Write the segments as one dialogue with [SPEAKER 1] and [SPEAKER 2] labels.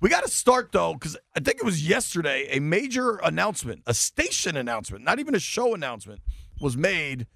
[SPEAKER 1] We got to start though, because I think it was yesterday a major announcement, a station announcement, not even a show announcement, was made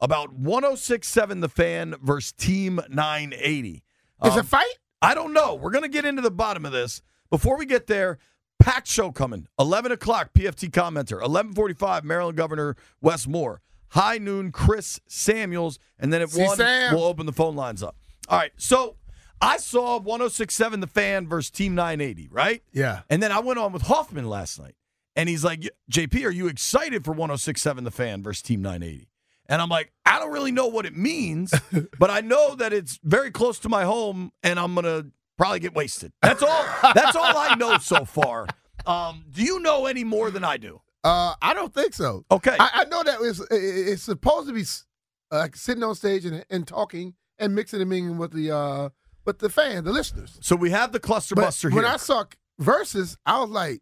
[SPEAKER 1] about 1067 The Fan versus Team 980.
[SPEAKER 2] Is
[SPEAKER 1] Um,
[SPEAKER 2] a fight?
[SPEAKER 1] I don't know. We're going to get into the bottom of this. Before we get there, packed show coming. 11 o'clock, PFT commenter. 1145, Maryland Governor Wes Moore. High noon, Chris Samuels. And then at
[SPEAKER 2] See
[SPEAKER 1] 1,
[SPEAKER 2] Sam.
[SPEAKER 1] we'll open the phone lines up. All right, so I saw 1067 The Fan versus Team 980, right?
[SPEAKER 2] Yeah.
[SPEAKER 1] And then I went on with Hoffman last night. And he's like, JP, are you excited for 1067 The Fan versus Team 980? And I'm like, I don't really know what it means, but I know that it's very close to my home and I'm going to probably get wasted. That's all that's all I know so far. Um, do you know any more than I do?
[SPEAKER 2] Uh, I don't think so.
[SPEAKER 1] Okay.
[SPEAKER 2] I, I know that it's, it- it's supposed to be s- uh, like sitting on stage and, and talking and mixing and mingling with the uh, with the fan, the listeners.
[SPEAKER 1] so we have the cluster
[SPEAKER 2] But
[SPEAKER 1] buster
[SPEAKER 2] when
[SPEAKER 1] here.
[SPEAKER 2] I saw verses, I was like,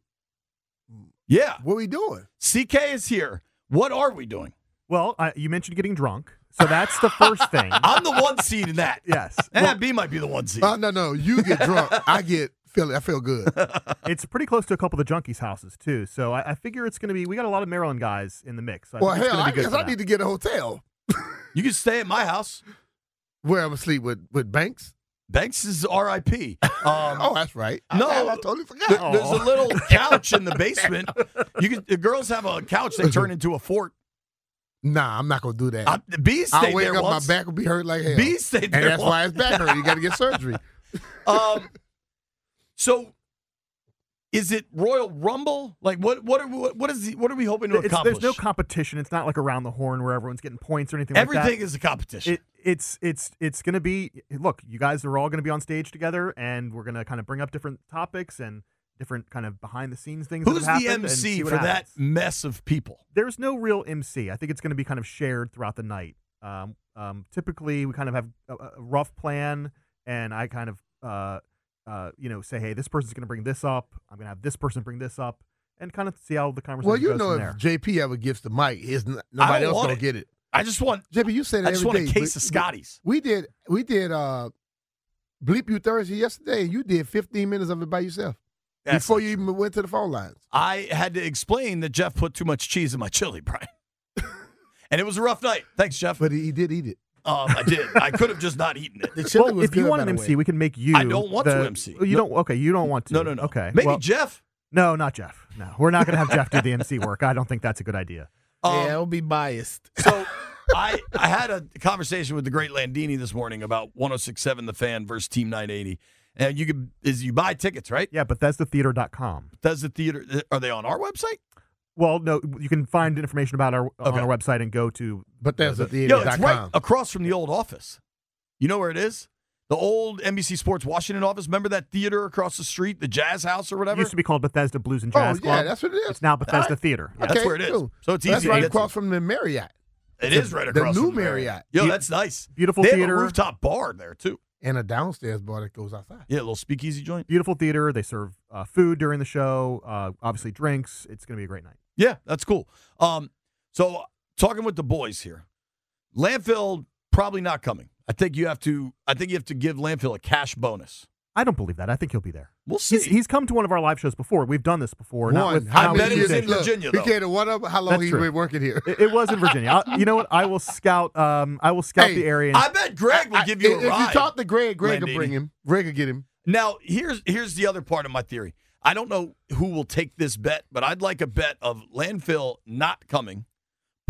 [SPEAKER 1] yeah.
[SPEAKER 2] "What we doing?"
[SPEAKER 1] CK is here. What are we doing?
[SPEAKER 3] Well, uh, you mentioned getting drunk, so that's the first thing.
[SPEAKER 1] I'm the one seed in that.
[SPEAKER 3] yes,
[SPEAKER 1] And
[SPEAKER 3] Well,
[SPEAKER 1] B might be the one seed.
[SPEAKER 2] Uh, no, no, you get drunk. I get feel. I feel good.
[SPEAKER 3] it's pretty close to a couple of the junkies' houses too. So I, I figure it's going to be. We got a lot of Maryland guys in the mix. So I
[SPEAKER 2] well,
[SPEAKER 3] think it's
[SPEAKER 2] hell,
[SPEAKER 3] gonna
[SPEAKER 2] I
[SPEAKER 3] be good
[SPEAKER 2] guess
[SPEAKER 3] for
[SPEAKER 2] I
[SPEAKER 3] that.
[SPEAKER 2] need to get a hotel
[SPEAKER 1] you can stay at my house.
[SPEAKER 2] where I'm gonna sleep with with Banks.
[SPEAKER 1] Banks is RIP. Um,
[SPEAKER 2] Oh, that's right. I-
[SPEAKER 1] No.
[SPEAKER 2] I, I totally forgot.
[SPEAKER 1] Th- There's a little couch in the basement. You can, the girls have a couch they turn into a fort.
[SPEAKER 2] Nah, I'm not gonna do that.
[SPEAKER 1] I, B
[SPEAKER 2] I'll
[SPEAKER 1] stayed
[SPEAKER 2] wake
[SPEAKER 1] there
[SPEAKER 2] up,
[SPEAKER 1] once.
[SPEAKER 2] my back will be hurt like hell.
[SPEAKER 1] B stayed there
[SPEAKER 2] and that's
[SPEAKER 1] once.
[SPEAKER 2] why it's back hurt. You got to get surgery.
[SPEAKER 1] Um, so, is it Royal Rumble? Like what? What are what, what is? The, what are we hoping to
[SPEAKER 3] It's,
[SPEAKER 1] accomplish?
[SPEAKER 3] there's no competition. It's not like around the horn where everyone's getting points or anything like that.
[SPEAKER 1] Everything is a competition.
[SPEAKER 3] It, it's it's it's going to be. Look, you guys are all going to be on stage together, and we're going to kind of bring up different topics and different kind of behind the scenes things.
[SPEAKER 1] Who's
[SPEAKER 3] that have
[SPEAKER 1] the
[SPEAKER 3] happened and see
[SPEAKER 1] MC
[SPEAKER 3] what
[SPEAKER 1] for that
[SPEAKER 3] happens.
[SPEAKER 1] mess of people?
[SPEAKER 3] there's no real MC. I think it's going to be kind of shared throughout the night. Um, um, typically, we kind of have a, a rough plan, and I kind of, uh, uh, you know, say, hey, this person's going to bring this up. I'm going to have this person bring this up, and kind of see how the conversation
[SPEAKER 2] well, you
[SPEAKER 3] goes
[SPEAKER 2] know,
[SPEAKER 3] from
[SPEAKER 2] if
[SPEAKER 3] there.
[SPEAKER 2] JP ever gets the mic, his nobody else
[SPEAKER 1] want
[SPEAKER 2] gonna
[SPEAKER 1] it.
[SPEAKER 2] get it.
[SPEAKER 1] I just want.
[SPEAKER 2] JP, you say that
[SPEAKER 1] I just
[SPEAKER 2] every
[SPEAKER 1] want a
[SPEAKER 2] day,
[SPEAKER 1] case
[SPEAKER 2] but-
[SPEAKER 1] of Scotties.
[SPEAKER 2] We did. We did. uh Bleep you Thursday yesterday, and you did 15 minutes of it by yourself
[SPEAKER 1] That's
[SPEAKER 2] before
[SPEAKER 1] not
[SPEAKER 2] you even went to the phone lines.
[SPEAKER 1] I had to explain that Jeff put too much cheese in my chili, Brian. and it was a rough night. Thanks, Jeff.
[SPEAKER 2] But he, he did eat it.
[SPEAKER 1] um, I did. I could have just not eaten it.
[SPEAKER 2] The chili
[SPEAKER 3] well,
[SPEAKER 2] was
[SPEAKER 3] if you
[SPEAKER 2] good,
[SPEAKER 3] want
[SPEAKER 2] by
[SPEAKER 3] an
[SPEAKER 2] the
[SPEAKER 3] MC,
[SPEAKER 2] way.
[SPEAKER 3] we can make you.
[SPEAKER 1] I don't want to
[SPEAKER 3] the-
[SPEAKER 1] MC.
[SPEAKER 3] You
[SPEAKER 1] No.
[SPEAKER 3] don't. Okay, you don't want to.
[SPEAKER 1] No, no, no.
[SPEAKER 3] Okay,
[SPEAKER 1] Maybe
[SPEAKER 3] well-
[SPEAKER 1] Jeff.
[SPEAKER 3] No, not Jeff. No, we're not going to have Jeff do the MC work. I don't think that's a good idea.
[SPEAKER 1] Um,
[SPEAKER 2] it'll be biased.
[SPEAKER 1] So I I had a conversation with the great Landini this morning about 1067 the fan versus team 980. And you could is you buy tickets, right?
[SPEAKER 3] Yeah, BethesdaTheater.com.
[SPEAKER 1] Does the theater are they on our website?
[SPEAKER 3] Well, no, you can find information about our on
[SPEAKER 1] Okay.
[SPEAKER 3] our website and go to
[SPEAKER 2] But that's the
[SPEAKER 1] Yo, it's right across from the old office. You know where it is? The old NBC Sports Washington office. Remember that theater across the street, the Jazz House or
[SPEAKER 3] It
[SPEAKER 1] whatever?
[SPEAKER 3] used to be called Bethesda Blues and
[SPEAKER 2] Oh,
[SPEAKER 3] Jazz
[SPEAKER 2] yeah,
[SPEAKER 3] Club.
[SPEAKER 2] that's what it is.
[SPEAKER 3] It's now Bethesda
[SPEAKER 2] All right.
[SPEAKER 3] Theater. Yeah.
[SPEAKER 1] That's where it is.
[SPEAKER 2] cool.
[SPEAKER 1] So it's
[SPEAKER 2] That's
[SPEAKER 1] easy to
[SPEAKER 2] right
[SPEAKER 1] get
[SPEAKER 2] across from the Marriott
[SPEAKER 1] It
[SPEAKER 2] the-
[SPEAKER 1] is right
[SPEAKER 2] the
[SPEAKER 1] across.
[SPEAKER 2] new
[SPEAKER 1] from the Marriott.
[SPEAKER 2] Marriott.
[SPEAKER 1] Yo,
[SPEAKER 3] Be-
[SPEAKER 1] that's nice.
[SPEAKER 3] beautiful
[SPEAKER 1] they have
[SPEAKER 3] theater.
[SPEAKER 1] a rooftop bar there too.
[SPEAKER 2] and a downstairs bar that goes outside.
[SPEAKER 1] Yeah, a little speakeasy joint.
[SPEAKER 3] Beautiful theater. They serve uh, food during the show. Uh, obviously, drinks. It's going to be a great night.
[SPEAKER 1] Yeah, that's cool. Um, so talking with the boys here, landfill probably not coming. I think you have to. I think you have to give landfill a cash bonus.
[SPEAKER 3] I don't believe that. I think he'll be there.
[SPEAKER 1] We'll see.
[SPEAKER 3] He's, he's come to one of our live shows before. We've done this before. Not
[SPEAKER 2] One,
[SPEAKER 3] with
[SPEAKER 2] how
[SPEAKER 3] how
[SPEAKER 1] bet
[SPEAKER 2] many
[SPEAKER 1] he was
[SPEAKER 2] years-
[SPEAKER 1] in
[SPEAKER 2] look,
[SPEAKER 1] Virginia, though.
[SPEAKER 2] He came to one up. How long
[SPEAKER 3] That's
[SPEAKER 2] he
[SPEAKER 3] true.
[SPEAKER 2] been working here?
[SPEAKER 3] it, it was in Virginia. I'll, you know what? I will scout. Um, I will scout
[SPEAKER 2] Hey,
[SPEAKER 3] the area. and-
[SPEAKER 1] I bet Greg will
[SPEAKER 2] I-
[SPEAKER 1] give you
[SPEAKER 2] if
[SPEAKER 1] a
[SPEAKER 2] if
[SPEAKER 1] ride.
[SPEAKER 2] you talk to Greg, Greg will
[SPEAKER 1] Landini.
[SPEAKER 2] bring him. Greg will get him.
[SPEAKER 1] Now, here's here's the other part of my theory. I don't know who will take this bet, but I'd like a bet of landfill not coming,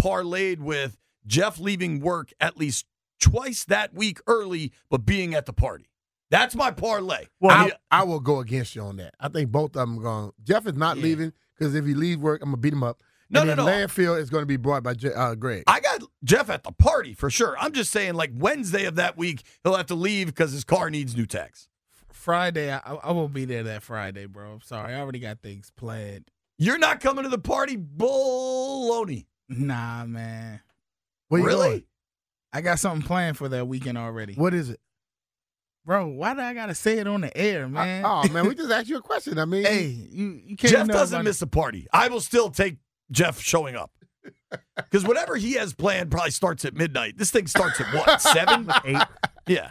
[SPEAKER 1] parlayed with Jeff leaving work at least twice that week early, but being at the party. That's my parlay.
[SPEAKER 3] Well,
[SPEAKER 1] I
[SPEAKER 2] I,
[SPEAKER 1] mean,
[SPEAKER 2] I will go against you on that. I think both of them are going. Jeff is not
[SPEAKER 1] Yeah.
[SPEAKER 2] leaving because if he leaves work, I'm gonna beat him up.
[SPEAKER 1] No,
[SPEAKER 2] and
[SPEAKER 1] no,
[SPEAKER 2] then
[SPEAKER 1] no.
[SPEAKER 2] Landfill is going to be brought by Je- uh, Greg.
[SPEAKER 1] I got Jeff at the party for sure. I'm just saying, like Wednesday of that week, he'll have to leave because his car needs new tags.
[SPEAKER 4] Friday, I, I won't be there that Friday, bro. I'm sorry. I already got things planned.
[SPEAKER 1] You're not coming to the party, baloney.
[SPEAKER 4] Nah, man.
[SPEAKER 2] Where you
[SPEAKER 1] really?
[SPEAKER 2] going?
[SPEAKER 4] I got something planned for that weekend already.
[SPEAKER 2] What is it?
[SPEAKER 4] Bro, why do I gotta say it on the air, man?
[SPEAKER 2] I- oh man, we just asked you a question. I mean,
[SPEAKER 4] hey, you, you can't
[SPEAKER 1] Jeff
[SPEAKER 4] know
[SPEAKER 1] doesn't
[SPEAKER 4] about-
[SPEAKER 1] miss a party. I will still take Jeff showing up. Because whatever he has planned probably starts at midnight. This thing starts at what? Seven?
[SPEAKER 3] Eight.
[SPEAKER 1] Yeah.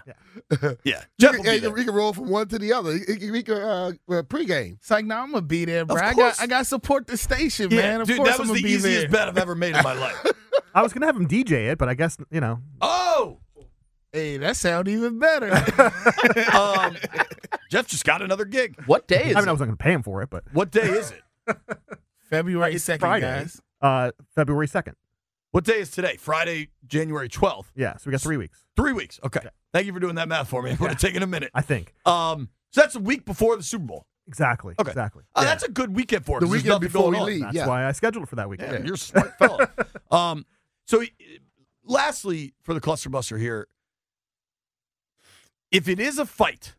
[SPEAKER 1] Yeah.
[SPEAKER 2] you
[SPEAKER 1] Jeff
[SPEAKER 2] can,
[SPEAKER 1] will be
[SPEAKER 2] you can-
[SPEAKER 1] there.
[SPEAKER 2] you can roll from one to the other. You, you, you can uh, uh, pregame.
[SPEAKER 4] It's like, nah, I'm gonna be there, bro. I
[SPEAKER 1] course.
[SPEAKER 4] got I got support the station,
[SPEAKER 1] Yeah,
[SPEAKER 4] man. Of
[SPEAKER 1] dude,
[SPEAKER 4] course
[SPEAKER 1] that was
[SPEAKER 4] I'm
[SPEAKER 1] the
[SPEAKER 4] gonna be
[SPEAKER 1] easiest
[SPEAKER 4] there.
[SPEAKER 1] bet I've ever made in my life.
[SPEAKER 3] I was gonna have him DJ it, but I guess you know.
[SPEAKER 1] Oh,
[SPEAKER 4] Hey, that sound even better.
[SPEAKER 1] um, Jeff just got another gig.
[SPEAKER 5] What day is
[SPEAKER 3] I mean, I
[SPEAKER 5] it?
[SPEAKER 3] was not gonna pay him for it, but
[SPEAKER 1] What day is it?
[SPEAKER 4] February second,
[SPEAKER 3] Friday.
[SPEAKER 4] guys.
[SPEAKER 3] uh, February second.
[SPEAKER 1] What day is today? Friday, January 12th.
[SPEAKER 3] Yeah, so we got three weeks,
[SPEAKER 1] Three weeks. Okay. Thank you for doing that math for me. It would have taken a minute.
[SPEAKER 3] I think.
[SPEAKER 1] Um, so that's a week before the Super Bowl.
[SPEAKER 3] Exactly.
[SPEAKER 1] Okay.
[SPEAKER 3] Exactly.
[SPEAKER 1] Oh, That's a good weekend for us.
[SPEAKER 2] The
[SPEAKER 1] There's
[SPEAKER 2] weekend
[SPEAKER 1] nothing
[SPEAKER 2] before
[SPEAKER 1] going
[SPEAKER 2] we
[SPEAKER 1] on.
[SPEAKER 2] leave.
[SPEAKER 3] That's
[SPEAKER 2] Yeah.
[SPEAKER 3] why I scheduled it for that weekend.
[SPEAKER 1] Damn, you're a smart fella. um, so, lastly, for the cluster buster here, if it is a fight,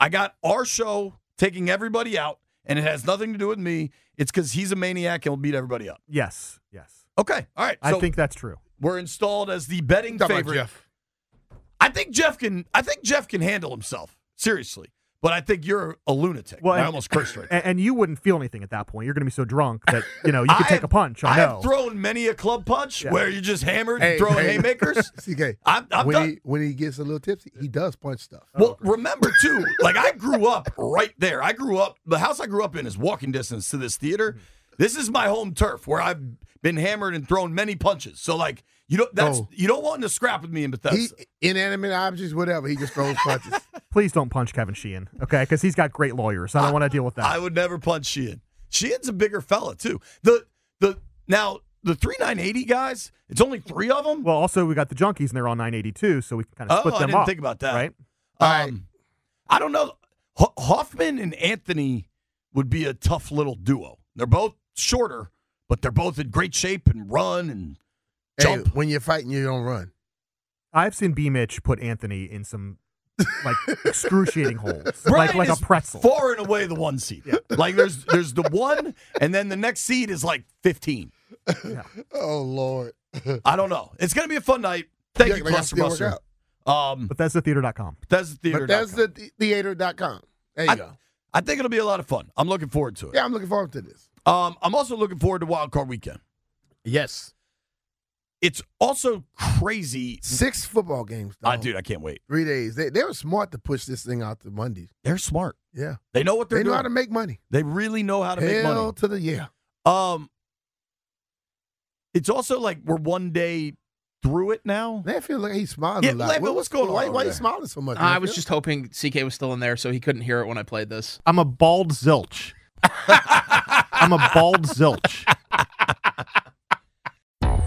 [SPEAKER 1] I got our show taking everybody out, and it has nothing to do with me. It's because he's a maniac and will beat everybody up.
[SPEAKER 3] Yes. Yes.
[SPEAKER 1] Okay, all right. So
[SPEAKER 3] I think that's true.
[SPEAKER 1] we're installed as the betting
[SPEAKER 2] Talk about
[SPEAKER 1] favorite.
[SPEAKER 2] Jeff.
[SPEAKER 1] I think Jeff can. I think Jeff can handle himself seriously, but I think you're a lunatic.
[SPEAKER 3] Well,
[SPEAKER 1] I
[SPEAKER 3] and-
[SPEAKER 1] almost cursed right. there.
[SPEAKER 3] And, and you wouldn't feel anything at that point. You're gonna be so drunk that you know you could
[SPEAKER 1] I
[SPEAKER 3] take
[SPEAKER 1] have-
[SPEAKER 3] a punch. I,
[SPEAKER 1] I
[SPEAKER 3] know.
[SPEAKER 1] have thrown many a club punch
[SPEAKER 3] Yeah.
[SPEAKER 1] where you just hammered
[SPEAKER 2] Hey,
[SPEAKER 1] and throwing
[SPEAKER 2] hey.
[SPEAKER 1] haymakers.
[SPEAKER 2] CK.
[SPEAKER 1] I'm, I'm
[SPEAKER 2] when
[SPEAKER 1] done. Uh,
[SPEAKER 2] he when he gets a little tipsy, he does punch stuff.
[SPEAKER 3] Oh,
[SPEAKER 1] Well, remember too, like I grew up right there. I grew up the house I grew up in is walking distance to this
[SPEAKER 3] Mm-hmm.
[SPEAKER 1] theater. This is my home turf where I've been hammered and thrown many punches. So like you don't that's
[SPEAKER 2] Oh.
[SPEAKER 1] you don't want to scrap with me in Bethesda.
[SPEAKER 2] He inanimate objects, whatever. He just throws punches.
[SPEAKER 1] Uh,
[SPEAKER 3] Please don't punch Kevin Sheehan, okay? Because he's got great lawyers. I don't want to deal with that.
[SPEAKER 1] I would never punch Sheehan. Sheehan's a bigger fella too. The the now the three nine eighty guys. It's only three of them.
[SPEAKER 3] well, also we got the junkies, and they're on 982, so we can kind of
[SPEAKER 1] Oh,
[SPEAKER 3] split
[SPEAKER 1] I
[SPEAKER 3] them
[SPEAKER 1] didn't
[SPEAKER 3] up,
[SPEAKER 1] think about that.
[SPEAKER 3] Right?
[SPEAKER 1] Um, I don't know. Ho- Hoffman and Anthony would be a tough little duo. They're both shorter, but they're both in great shape and run and
[SPEAKER 2] Hey,
[SPEAKER 1] jump.
[SPEAKER 2] when you're fighting, you don't run.
[SPEAKER 3] I've seen B Mitch put Anthony in some like excruciating holes, like
[SPEAKER 1] Brian
[SPEAKER 3] like a
[SPEAKER 1] is
[SPEAKER 3] pretzel.
[SPEAKER 1] Far and away the one seed. Like there's there's the one, and then the next seed is like fifteen.
[SPEAKER 2] Oh Lord!
[SPEAKER 1] I don't know. It's gonna be a fun night. Thank
[SPEAKER 2] Yeah,
[SPEAKER 1] you,
[SPEAKER 2] like, I
[SPEAKER 1] Cluster
[SPEAKER 2] still work
[SPEAKER 1] Buster.
[SPEAKER 2] out.
[SPEAKER 1] Um,
[SPEAKER 3] BethesdaTheater.com.
[SPEAKER 1] that's the theater.
[SPEAKER 2] But that's the the- theater.com. There you
[SPEAKER 1] I,
[SPEAKER 2] go.
[SPEAKER 1] I think it'll be a lot of fun. I'm looking forward to it.
[SPEAKER 2] Yeah, I'm looking forward to this.
[SPEAKER 1] Um, I'm also looking forward to Wild Card Weekend.
[SPEAKER 2] Yes,
[SPEAKER 1] It's also crazy.
[SPEAKER 2] six football games.
[SPEAKER 1] I
[SPEAKER 2] dog.
[SPEAKER 1] dude, I can't wait.
[SPEAKER 2] Three days. They, they were smart to push this thing out to Mondays.
[SPEAKER 1] They're smart.
[SPEAKER 2] Yeah,
[SPEAKER 1] They know what they're
[SPEAKER 2] they know
[SPEAKER 1] doing.
[SPEAKER 2] how to make money.
[SPEAKER 1] they really know how to
[SPEAKER 2] Hell
[SPEAKER 1] make money.
[SPEAKER 2] to the yeah.
[SPEAKER 1] Um, it's also like we're one day through it now.
[SPEAKER 2] Man, I feel like he's smiling
[SPEAKER 1] Yeah,
[SPEAKER 2] a lot.
[SPEAKER 1] Lambo,
[SPEAKER 2] What-
[SPEAKER 1] what's going on
[SPEAKER 2] Why,
[SPEAKER 1] over
[SPEAKER 2] why you
[SPEAKER 1] there?
[SPEAKER 2] smiling so
[SPEAKER 6] Uh,
[SPEAKER 2] much?
[SPEAKER 5] I
[SPEAKER 2] Lambo?
[SPEAKER 5] was just hoping CK was still in there so he couldn't hear it when I played this.
[SPEAKER 7] I'm a bald zilch. I'm a bald zilch.